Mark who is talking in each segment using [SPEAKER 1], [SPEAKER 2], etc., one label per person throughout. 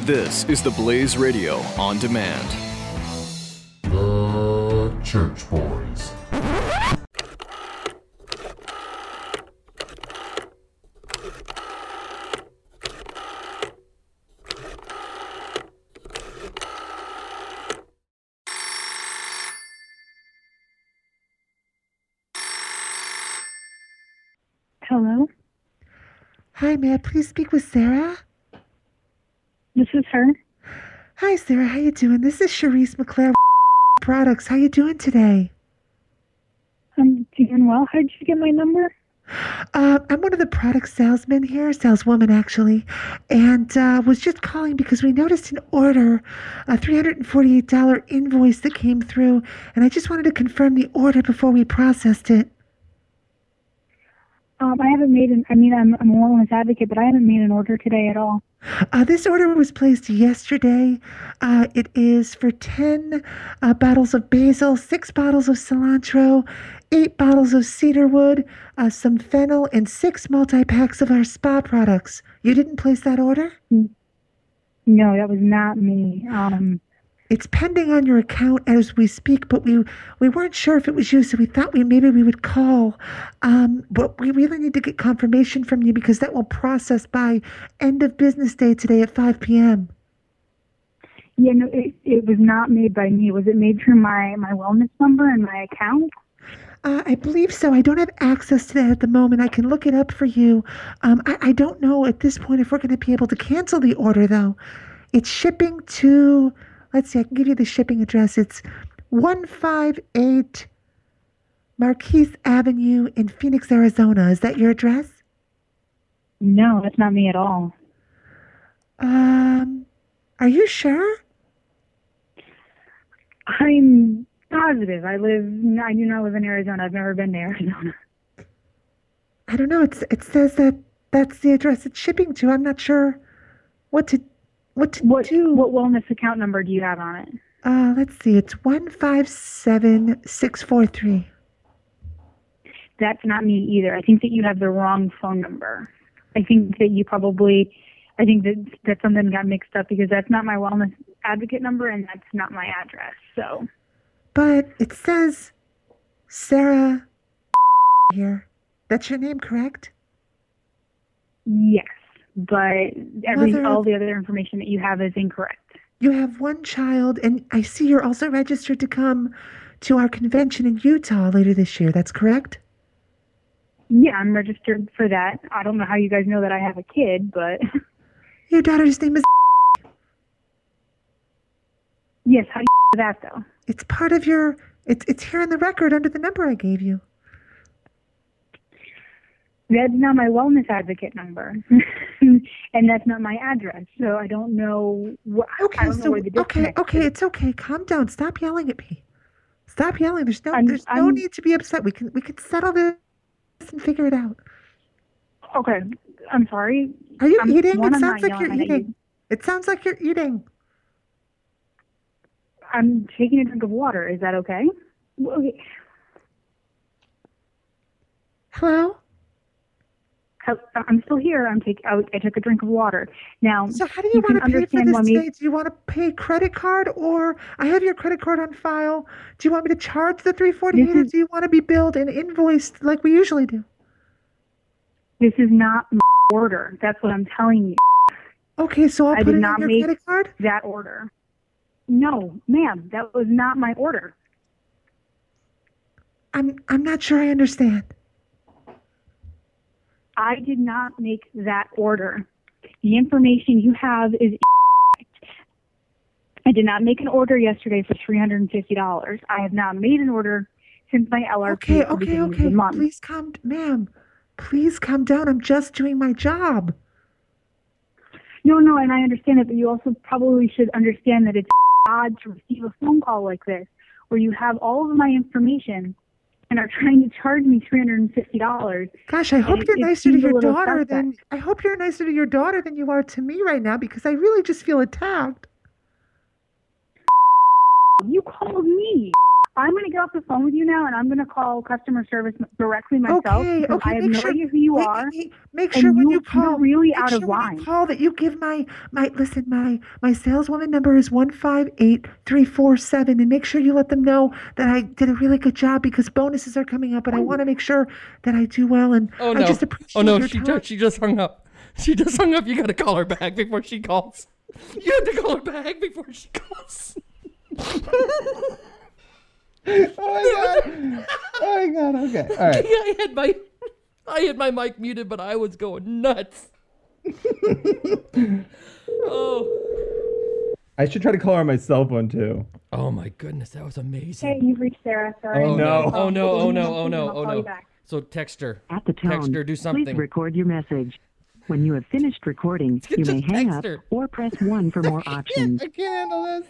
[SPEAKER 1] This is the Blaze Radio on demand.
[SPEAKER 2] The Church Boys.
[SPEAKER 3] Hello,
[SPEAKER 4] Hi, may I please speak with Sarah?
[SPEAKER 3] this is her.
[SPEAKER 4] Hi, Sarah. How you doing? This is Cherise McClare Products. How you doing today?
[SPEAKER 3] I'm doing well. How did you get my number?
[SPEAKER 4] Uh, I'm one of the product salesmen here, saleswoman actually, and uh, was just calling because we noticed an order, a $348 invoice that came through, and I just wanted to confirm the order before we processed it.
[SPEAKER 3] Um, I haven't made an. I mean, I'm I'm a wellness advocate, but I haven't made an order today at all.
[SPEAKER 4] Uh, this order was placed yesterday. Uh, it is for 10 uh, bottles of basil, 6 bottles of cilantro, 8 bottles of cedarwood, uh, some fennel, and 6 multi packs of our spa products. You didn't place that order?
[SPEAKER 3] No, that was not me. Um,
[SPEAKER 4] It's pending on your account as we speak, but we, we weren't sure if it was you, so we thought we maybe we would call. Um, but we really need to get confirmation from you because that will process by end of business day today at 5 p.m.
[SPEAKER 3] yeah, no, it it was not made by me. Was it made through my my wellness number and my account?
[SPEAKER 4] Uh, I believe so. I don't have access to that at the moment. I can look it up for you. Um, I, I don't know at this point if we're going to be able to cancel the order, though. It's shipping to, let's see, I can give you the shipping address. It's 158 Marquise Avenue in Phoenix, Arizona. Is that your address?
[SPEAKER 3] No, that's not me at all.
[SPEAKER 4] Um, are you sure?
[SPEAKER 3] I'm positive. I live. I do not live in Arizona. I've never been to Arizona.
[SPEAKER 4] I don't know. It's, it says that that's the address it's shipping to. I'm not sure what to what to
[SPEAKER 3] What
[SPEAKER 4] do.
[SPEAKER 3] what wellness account number do you have on it?
[SPEAKER 4] Uh, let's see. It's one five seven six four three.
[SPEAKER 3] that's not me either. I think that you have the wrong phone number. I think that you probably, I think that that something got mixed up because that's not my wellness advocate number and that's not my address. So
[SPEAKER 4] But it says Sarah here. That's your name, correct?
[SPEAKER 3] yes, but every
[SPEAKER 4] Mother-
[SPEAKER 3] all the other information that you have is incorrect.
[SPEAKER 4] You have one child, and I see you're also registered to come to our convention in Utah later this year. That's correct.
[SPEAKER 3] Yeah, I'm registered for that. I don't know how you guys know that I have a kid, but
[SPEAKER 4] Your daughter's name is.
[SPEAKER 3] yes, how do you do that though?
[SPEAKER 4] It's part of your. It's it's here in the record under the number I gave you.
[SPEAKER 3] That's not my wellness advocate number, and that's not my address. So I don't know. Wh- I
[SPEAKER 4] Okay,
[SPEAKER 3] don't know
[SPEAKER 4] so
[SPEAKER 3] where the
[SPEAKER 4] okay,
[SPEAKER 3] disconnect
[SPEAKER 4] okay,
[SPEAKER 3] is.
[SPEAKER 4] it's okay. Calm down. Stop yelling at me. Stop yelling. There's no
[SPEAKER 3] I'm-
[SPEAKER 4] there's no
[SPEAKER 3] I'm-
[SPEAKER 4] need to be upset. We can we can settle this and figure it out.
[SPEAKER 3] Okay, I'm sorry.
[SPEAKER 4] Are you
[SPEAKER 3] I'm,
[SPEAKER 4] eating?
[SPEAKER 3] one,
[SPEAKER 4] It
[SPEAKER 3] I'm
[SPEAKER 4] sounds
[SPEAKER 3] not
[SPEAKER 4] like you're
[SPEAKER 3] yelling at you.
[SPEAKER 4] eating. It sounds like you're eating.
[SPEAKER 3] I'm taking a drink of water. Is that okay? Well, okay.
[SPEAKER 4] Hello?
[SPEAKER 3] I- I'm still here. I'm take. I, I took a drink of water. Now,
[SPEAKER 4] So how do
[SPEAKER 3] You
[SPEAKER 4] you
[SPEAKER 3] can
[SPEAKER 4] want to pay for
[SPEAKER 3] understand
[SPEAKER 4] this
[SPEAKER 3] when we-
[SPEAKER 4] today? Do you want to pay credit card or I have your credit card on file. Do you want me to charge the 348 or
[SPEAKER 3] This is-
[SPEAKER 4] do you want to be billed and invoiced like we usually do?
[SPEAKER 3] this is not my order. That's what I'm telling you.
[SPEAKER 4] Okay, so I'll
[SPEAKER 3] I
[SPEAKER 4] put
[SPEAKER 3] did
[SPEAKER 4] it
[SPEAKER 3] not
[SPEAKER 4] on your
[SPEAKER 3] make-
[SPEAKER 4] credit card.
[SPEAKER 3] That order. No, ma'am. That was not my order.
[SPEAKER 4] I'm I'm not sure I understand.
[SPEAKER 3] I did not make that order. The information you have is incorrect. I did not make an order yesterday for three hundred and fifty dollars. I have not made an order since my LRP
[SPEAKER 4] Okay,
[SPEAKER 3] at the
[SPEAKER 4] okay,
[SPEAKER 3] beginning of the
[SPEAKER 4] okay.
[SPEAKER 3] month.
[SPEAKER 4] Please calm, ma'am. Please calm down. I'm just doing my job.
[SPEAKER 3] No, no, and I understand it, but you also probably should understand that it's odd to receive a phone call like this where you have all of my information and are trying to charge me $350.
[SPEAKER 4] Gosh, I hope
[SPEAKER 3] it-
[SPEAKER 4] you're
[SPEAKER 3] it
[SPEAKER 4] nicer to
[SPEAKER 3] seems a
[SPEAKER 4] your
[SPEAKER 3] little
[SPEAKER 4] daughter than I hope you're nicer to your daughter than you are to me right now because I really just feel attacked.
[SPEAKER 3] You called me. I'm going to get off the phone with you now, and I'm going to call customer service directly myself.
[SPEAKER 4] okay,
[SPEAKER 3] because
[SPEAKER 4] okay.
[SPEAKER 3] I have
[SPEAKER 4] make
[SPEAKER 3] no
[SPEAKER 4] sure
[SPEAKER 3] idea who you
[SPEAKER 4] make,
[SPEAKER 3] are.
[SPEAKER 4] Make, make
[SPEAKER 3] and
[SPEAKER 4] sure when
[SPEAKER 3] you-
[SPEAKER 4] you
[SPEAKER 3] you're
[SPEAKER 4] call,
[SPEAKER 3] really
[SPEAKER 4] make
[SPEAKER 3] out
[SPEAKER 4] sure
[SPEAKER 3] of
[SPEAKER 4] when you
[SPEAKER 3] line.
[SPEAKER 4] call that you give my my listen. My my saleswoman number is one five eight three four seven, and make sure you let them know that I did a really good job because bonuses are coming up,
[SPEAKER 3] Oh.
[SPEAKER 4] and I want to make sure that I do well. And
[SPEAKER 5] Oh
[SPEAKER 4] I
[SPEAKER 5] no!
[SPEAKER 4] just appreciate
[SPEAKER 5] oh no!
[SPEAKER 4] your
[SPEAKER 5] She
[SPEAKER 4] time.
[SPEAKER 5] just, she just hung up. She just hung up. You gotta call her back before she calls. You have to call her back before she calls.
[SPEAKER 6] Oh my god. Oh my god. Okay. All right.
[SPEAKER 5] I had my I had my mic muted, but I was going nuts. oh.
[SPEAKER 6] I should try to call her on my cell phone too.
[SPEAKER 5] Oh my goodness, that was amazing.
[SPEAKER 3] Hey, you've reached Sarah. Sorry.
[SPEAKER 6] Oh, no.
[SPEAKER 5] Oh no, oh no, oh
[SPEAKER 3] I'll
[SPEAKER 5] no, oh
[SPEAKER 3] call you
[SPEAKER 5] no.
[SPEAKER 3] back.
[SPEAKER 5] So text her.
[SPEAKER 7] At the tone,
[SPEAKER 5] Text her, do
[SPEAKER 7] please
[SPEAKER 5] something.
[SPEAKER 7] record your message. When you have finished recording, you
[SPEAKER 5] Just
[SPEAKER 7] may hang
[SPEAKER 5] text
[SPEAKER 7] up
[SPEAKER 5] her.
[SPEAKER 7] or press 1 for more options.
[SPEAKER 6] I can't handle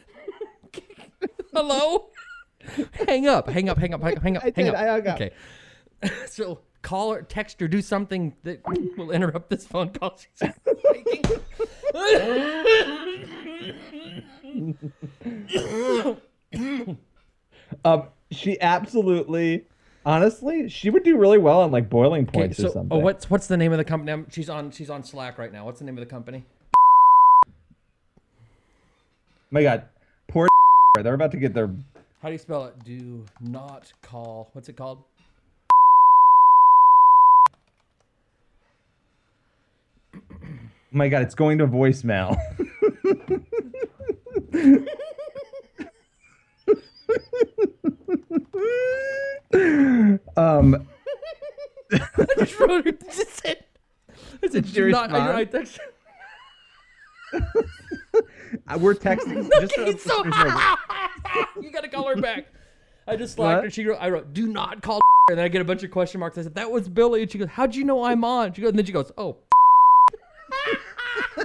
[SPEAKER 6] this.
[SPEAKER 5] Hello? hang up, hang up, hang up, hang up, hang up.
[SPEAKER 6] I did, I hung up.
[SPEAKER 5] Okay. so call her, text her, do something that will interrupt this phone call. she's making.
[SPEAKER 6] Um, she absolutely, honestly, she would do really well on like boiling
[SPEAKER 5] okay,
[SPEAKER 6] points or
[SPEAKER 5] so
[SPEAKER 6] something.
[SPEAKER 5] oh, what's what's the name of the company? I'm- she's on she's on Slack right now. What's the name of the company?
[SPEAKER 6] Oh my god, poor. They're about to get their.
[SPEAKER 5] How do you spell it? Do not call. What's it called?
[SPEAKER 6] Oh My god, it's going to voicemail. um,
[SPEAKER 5] I just wrote it. Just said. I said,
[SPEAKER 6] your
[SPEAKER 5] do not. I, I
[SPEAKER 6] response?
[SPEAKER 5] text.
[SPEAKER 6] we're texting. Just so
[SPEAKER 5] It's so.
[SPEAKER 6] listeners know,
[SPEAKER 5] you gotta call her back. I just slacked
[SPEAKER 6] What?
[SPEAKER 5] her. She wrote, I wrote, do not call. And then I get a bunch of question marks. I said, that was Billy. And she goes, how'd you know I'm on? She goes, and then she goes, oh.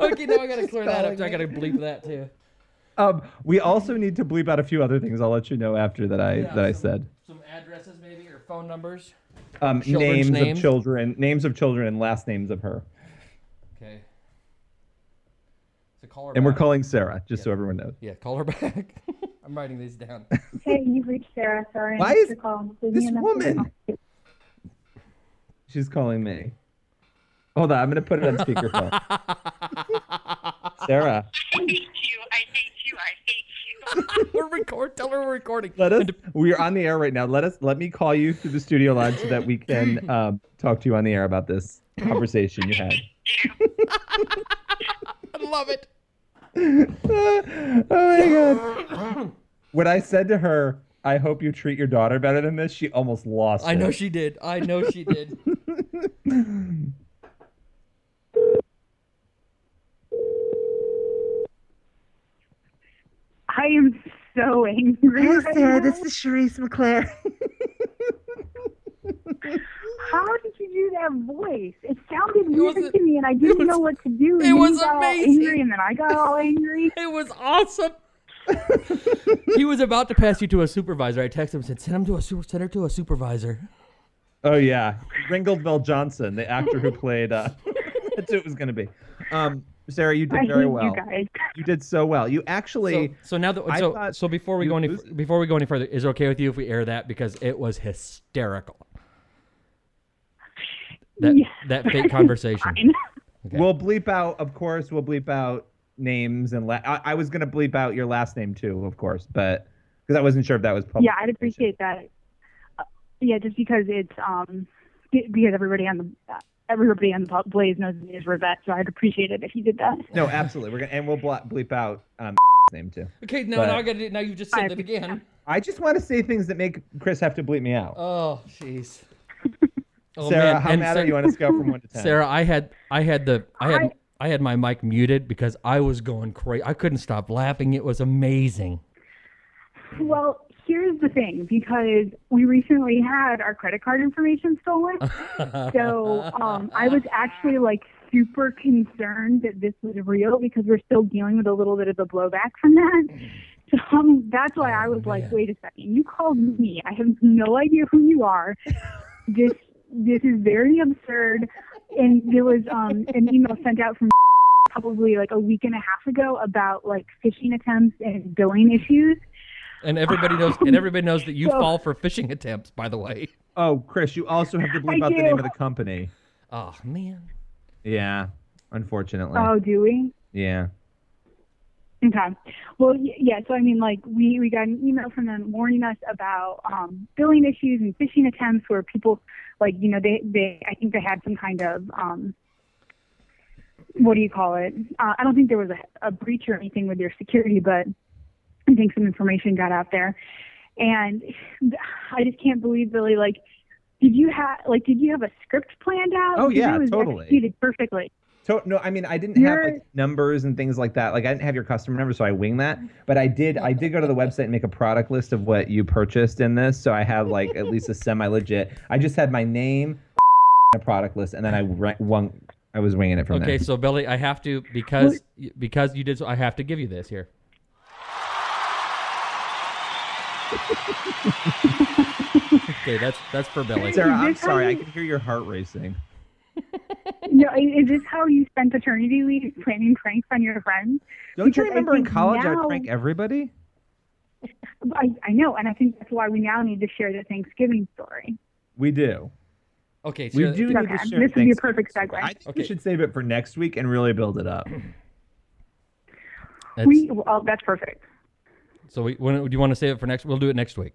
[SPEAKER 5] okay, now I gotta clear that up. I gotta bleep that too.
[SPEAKER 6] um, we also need to bleep out a few other things. I'll let you know after that. I that I said.
[SPEAKER 5] Some addresses maybe or phone numbers.
[SPEAKER 6] Um,
[SPEAKER 5] Children's
[SPEAKER 6] names,
[SPEAKER 5] names.
[SPEAKER 6] of children, names of children, and last names of her.
[SPEAKER 5] Okay. So call her
[SPEAKER 6] And we're
[SPEAKER 5] back.
[SPEAKER 6] calling Sarah, just so everyone knows.
[SPEAKER 5] Yeah, call her back. I'm writing these down.
[SPEAKER 3] Hey, you've reached Sarah. Sorry. I
[SPEAKER 6] Why
[SPEAKER 3] missed
[SPEAKER 6] is
[SPEAKER 3] your call. Leave me
[SPEAKER 6] This
[SPEAKER 3] a message.
[SPEAKER 6] woman. She's calling me. Hold on, I'm gonna put it on speakerphone. Sarah,
[SPEAKER 5] we're record. Tell her we're recording.
[SPEAKER 6] let us. We are on the air right now. Let us. Let me call you through the studio line so that we can um, talk to you on the air about this conversation you had.
[SPEAKER 5] I love it.
[SPEAKER 6] oh my god! When I said to her, "I hope you treat your daughter better than this," she almost lost.
[SPEAKER 5] I
[SPEAKER 6] it.
[SPEAKER 5] know she did. I know she did.
[SPEAKER 3] I am so angry.
[SPEAKER 4] Hi,
[SPEAKER 3] right
[SPEAKER 4] Sarah.
[SPEAKER 3] now.
[SPEAKER 4] This is Charisse McClare.
[SPEAKER 3] How did you do that voice? It sounded
[SPEAKER 5] was
[SPEAKER 3] weird
[SPEAKER 5] a-
[SPEAKER 3] to me, and I
[SPEAKER 5] it
[SPEAKER 3] didn't
[SPEAKER 5] was-
[SPEAKER 3] know what to do. and
[SPEAKER 5] it
[SPEAKER 3] you
[SPEAKER 5] was
[SPEAKER 3] got all
[SPEAKER 5] amazing.
[SPEAKER 3] Angry, and then I got all angry.
[SPEAKER 5] It was awesome. he was about to pass you to a supervisor. I texted him and said, "Send him to a super, send her to a supervisor."
[SPEAKER 6] Oh yeah, Ringgold Bell Johnson, the actor who played. Uh, that's who it was gonna be. Um, Sarah, you
[SPEAKER 3] I
[SPEAKER 6] did very
[SPEAKER 3] hate
[SPEAKER 6] well.
[SPEAKER 3] you guys.
[SPEAKER 6] You did so well. You actually.
[SPEAKER 5] So, so now that
[SPEAKER 6] I
[SPEAKER 5] so,
[SPEAKER 6] thought
[SPEAKER 5] so before we
[SPEAKER 6] you
[SPEAKER 5] go any
[SPEAKER 6] lose-
[SPEAKER 5] before we go any further, is it okay with you if we air that because it was hysterical. That
[SPEAKER 3] Yeah.
[SPEAKER 5] that fake conversation. Okay.
[SPEAKER 6] We'll bleep out, of course. We'll bleep out names and la- I, I was gonna bleep out your last name too, of course, but because I wasn't sure if that was public.
[SPEAKER 3] yeah, I'd appreciate that. Uh, yeah, just because it's um be- because everybody on the uh, everybody on the pub- Blaze knows it is Rivette, so I'd appreciate it if you did that.
[SPEAKER 6] No, absolutely. We're gonna and we'll bla- bleep out um name too.
[SPEAKER 5] Okay, now,
[SPEAKER 6] But-
[SPEAKER 5] now I got to now you just
[SPEAKER 3] I
[SPEAKER 5] said it again.
[SPEAKER 6] I just want to say things that make Chris have to bleep me out.
[SPEAKER 5] Oh, jeez. Oh,
[SPEAKER 6] Sarah,
[SPEAKER 5] man.
[SPEAKER 6] how
[SPEAKER 5] And
[SPEAKER 6] mad
[SPEAKER 5] Sa-
[SPEAKER 6] are you on a scale from one to ten?
[SPEAKER 5] Sarah, I had I had the I had
[SPEAKER 3] I-
[SPEAKER 5] I had my mic muted because I was going crazy. I couldn't stop laughing. It was amazing.
[SPEAKER 3] Well, here's the thing because we recently had our credit card information stolen. so um, I was actually like super concerned that this was real because we're still dealing with a little bit of the blowback from that. So um, that's why I was like, wait a second, you called me. I have no idea who you are. This this is very absurd. And there was um, an email sent out from probably like a week and a half ago about like phishing attempts and billing issues.
[SPEAKER 5] And everybody knows. And everybody knows that you fall for phishing attempts. By the way.
[SPEAKER 6] Oh, Chris, you also have to bleep
[SPEAKER 3] I
[SPEAKER 6] out the name
[SPEAKER 3] do.
[SPEAKER 6] of the company.
[SPEAKER 5] Oh man.
[SPEAKER 6] Yeah, unfortunately.
[SPEAKER 3] Oh, do we?
[SPEAKER 6] Yeah.
[SPEAKER 3] Okay. Well, y- yeah. So I mean, like we we got an email from them warning us about um, billing issues and phishing attempts where people, like you know, they they I think they had some kind of um, what do you call it? Uh, I don't think there was a, a breach or anything with your security, but I think some information got out there, and I just can't believe really like. Did you have like did you have a script planned out?
[SPEAKER 6] Oh,
[SPEAKER 3] Because
[SPEAKER 6] yeah,
[SPEAKER 3] it was
[SPEAKER 6] totally.
[SPEAKER 3] Executed perfectly.
[SPEAKER 6] So no, I mean I didn't have
[SPEAKER 3] You're-
[SPEAKER 6] like numbers and things like that. Like I didn't have your customer number, so I wing that. But I did I did go to the website and make a product list of what you purchased in this. So I had like at least a semi legit. I just had my name, a product list, and then I ri- wung, I was winging it from
[SPEAKER 5] Okay,
[SPEAKER 6] there.
[SPEAKER 5] so Billy, I have to because because you did. so I have to give you this here. okay, that's that's for Billy.
[SPEAKER 6] Sarah,
[SPEAKER 3] Is
[SPEAKER 6] I'm
[SPEAKER 3] this how
[SPEAKER 6] sorry. I
[SPEAKER 3] you-
[SPEAKER 6] can hear your heart racing.
[SPEAKER 3] No, is is this how you spent paternity leave planning pranks on your friends?
[SPEAKER 6] Don't
[SPEAKER 3] Because
[SPEAKER 6] you
[SPEAKER 3] I
[SPEAKER 6] remember in
[SPEAKER 3] think
[SPEAKER 6] college I
[SPEAKER 3] now-
[SPEAKER 6] would prank everybody?
[SPEAKER 3] I, I know, and I think that's why we now need to share the Thanksgiving story.
[SPEAKER 6] We do.
[SPEAKER 5] Okay, so
[SPEAKER 6] We do need
[SPEAKER 3] Okay,
[SPEAKER 6] to share
[SPEAKER 3] this would be a
[SPEAKER 6] Thanksgiving
[SPEAKER 3] perfect
[SPEAKER 6] story.
[SPEAKER 3] segue.
[SPEAKER 6] I think
[SPEAKER 5] Okay.
[SPEAKER 6] we should save it for next week and really build it up.
[SPEAKER 5] that's-
[SPEAKER 3] We well, that's perfect.
[SPEAKER 5] so we, when, do you want to save it for next? We'll do it next week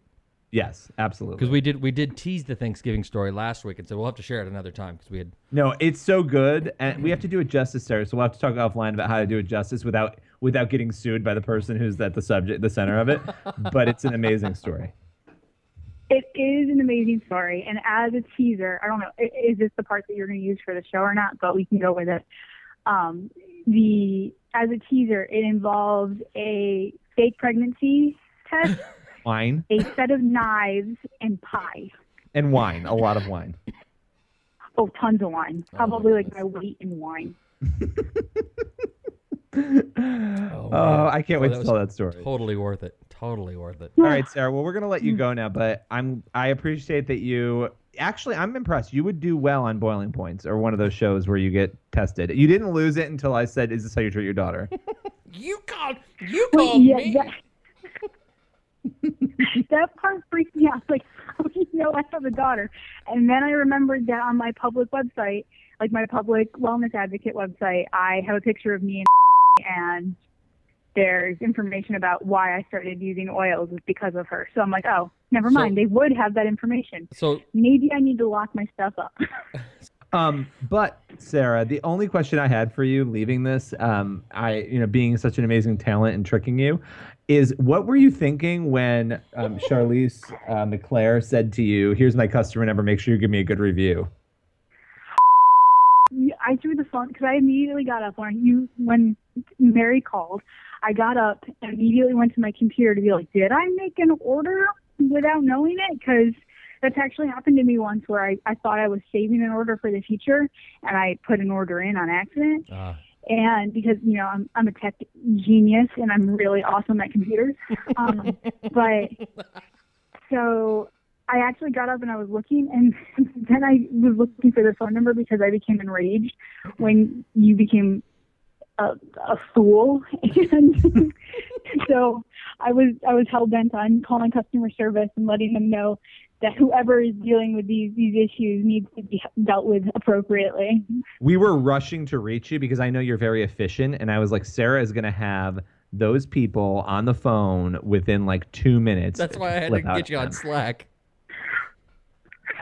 [SPEAKER 6] Yes, absolutely.
[SPEAKER 5] because we did we did tease the Thanksgiving story last week, and so we'll have to share it another time because we had
[SPEAKER 6] No, it's so good, and we have to do it justice, Sarah. So we'll have to talk offline about how to do it justice without without getting sued by the person who's at the subject, the center of it. but it's an amazing story.
[SPEAKER 3] It is an amazing story, and as a teaser, I don't know, i- is this the part that you're going to use for the show or not? But we can go with it. Um, the as a teaser, it involved a fake pregnancy test,
[SPEAKER 6] Wine
[SPEAKER 3] a set of knives, and pie.
[SPEAKER 6] and wine, a lot of wine.
[SPEAKER 3] Oh, tons of wine, probably like my weight in wine.
[SPEAKER 6] Oh,
[SPEAKER 5] man.
[SPEAKER 6] I can't wait
[SPEAKER 5] that
[SPEAKER 6] to
[SPEAKER 5] was
[SPEAKER 6] tell that story.
[SPEAKER 5] totally worth it, totally worth it.
[SPEAKER 6] All right, Sarah. Well, we're gonna let you go now, but I'm I appreciate that you. Actually, I'm impressed. You would do well on Boiling Points or one of those shows where you get tested. You didn't lose it until I said, "Is this how you treat your daughter?"
[SPEAKER 5] You called you
[SPEAKER 3] Wait,
[SPEAKER 5] called
[SPEAKER 3] yeah,
[SPEAKER 5] me.
[SPEAKER 3] that- that part freaked me out. Like, how do you know I have a daughter? And then I remembered that on my public website, like my public wellness advocate website, I have a picture of me and and there's information about why I started using oils is because of her. So I'm like, oh, never
[SPEAKER 5] So-
[SPEAKER 3] mind. They would have that information.
[SPEAKER 5] So
[SPEAKER 3] Maybe I need to lock my stuff up.
[SPEAKER 6] Um, but Sarah, the only question I had for you leaving this, um, I you know being such an amazing talent and tricking you, is what were you thinking when um, Charlize uh, McClare said to you, "Here's my customer number. Make sure you give me a good review."
[SPEAKER 3] Yeah, I threw the phone because I immediately got up when you when Mary called. I got up and immediately went to my computer to be like, did I make an order without knowing it? Because that's actually happened to me once where I, I thought I was saving an order for the future and I put an order in on accident.
[SPEAKER 5] uh,
[SPEAKER 3] And because you know I'm I'm a tech genius and I'm really awesome at computers, um, but so I actually got up and I was looking, and then I was looking for the phone number because I became enraged when you became a, a fool, and so I was I was hell bent on calling customer service and letting them know that whoever is dealing with these these issues needs to be dealt with appropriately.
[SPEAKER 6] We were rushing to reach you because I know you're very efficient, and I was like, Sarah is gonna have those people on the phone within like two minutes.
[SPEAKER 5] that's why I had to
[SPEAKER 6] flip out
[SPEAKER 5] get you
[SPEAKER 6] at
[SPEAKER 5] on
[SPEAKER 6] them.
[SPEAKER 5] Slack.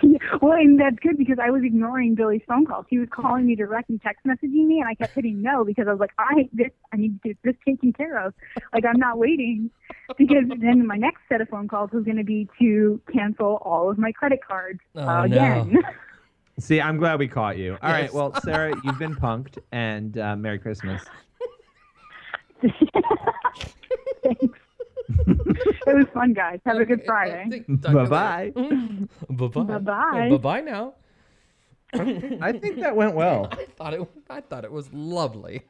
[SPEAKER 3] Yeah, well, and that's good because I was ignoring Billy's phone calls. He was calling me direct and text messaging me, and I kept hitting no because I was like, I this I need to get this taken care of. Like I'm not waiting because then my next set of phone calls was going to be to cancel all of my credit cards
[SPEAKER 5] Oh,
[SPEAKER 3] uh,
[SPEAKER 5] no.
[SPEAKER 3] again.
[SPEAKER 6] See, I'm glad we caught you. All right,
[SPEAKER 5] Yes.
[SPEAKER 6] well, Sarah, you've been punked, and uh, Merry Christmas.
[SPEAKER 3] it was fun, guys. Have a good Friday.
[SPEAKER 6] Bye bye.
[SPEAKER 5] Bye bye.
[SPEAKER 3] Bye-bye.
[SPEAKER 5] Bye bye now.
[SPEAKER 6] I think that went well.
[SPEAKER 5] I thought it. I thought it was lovely.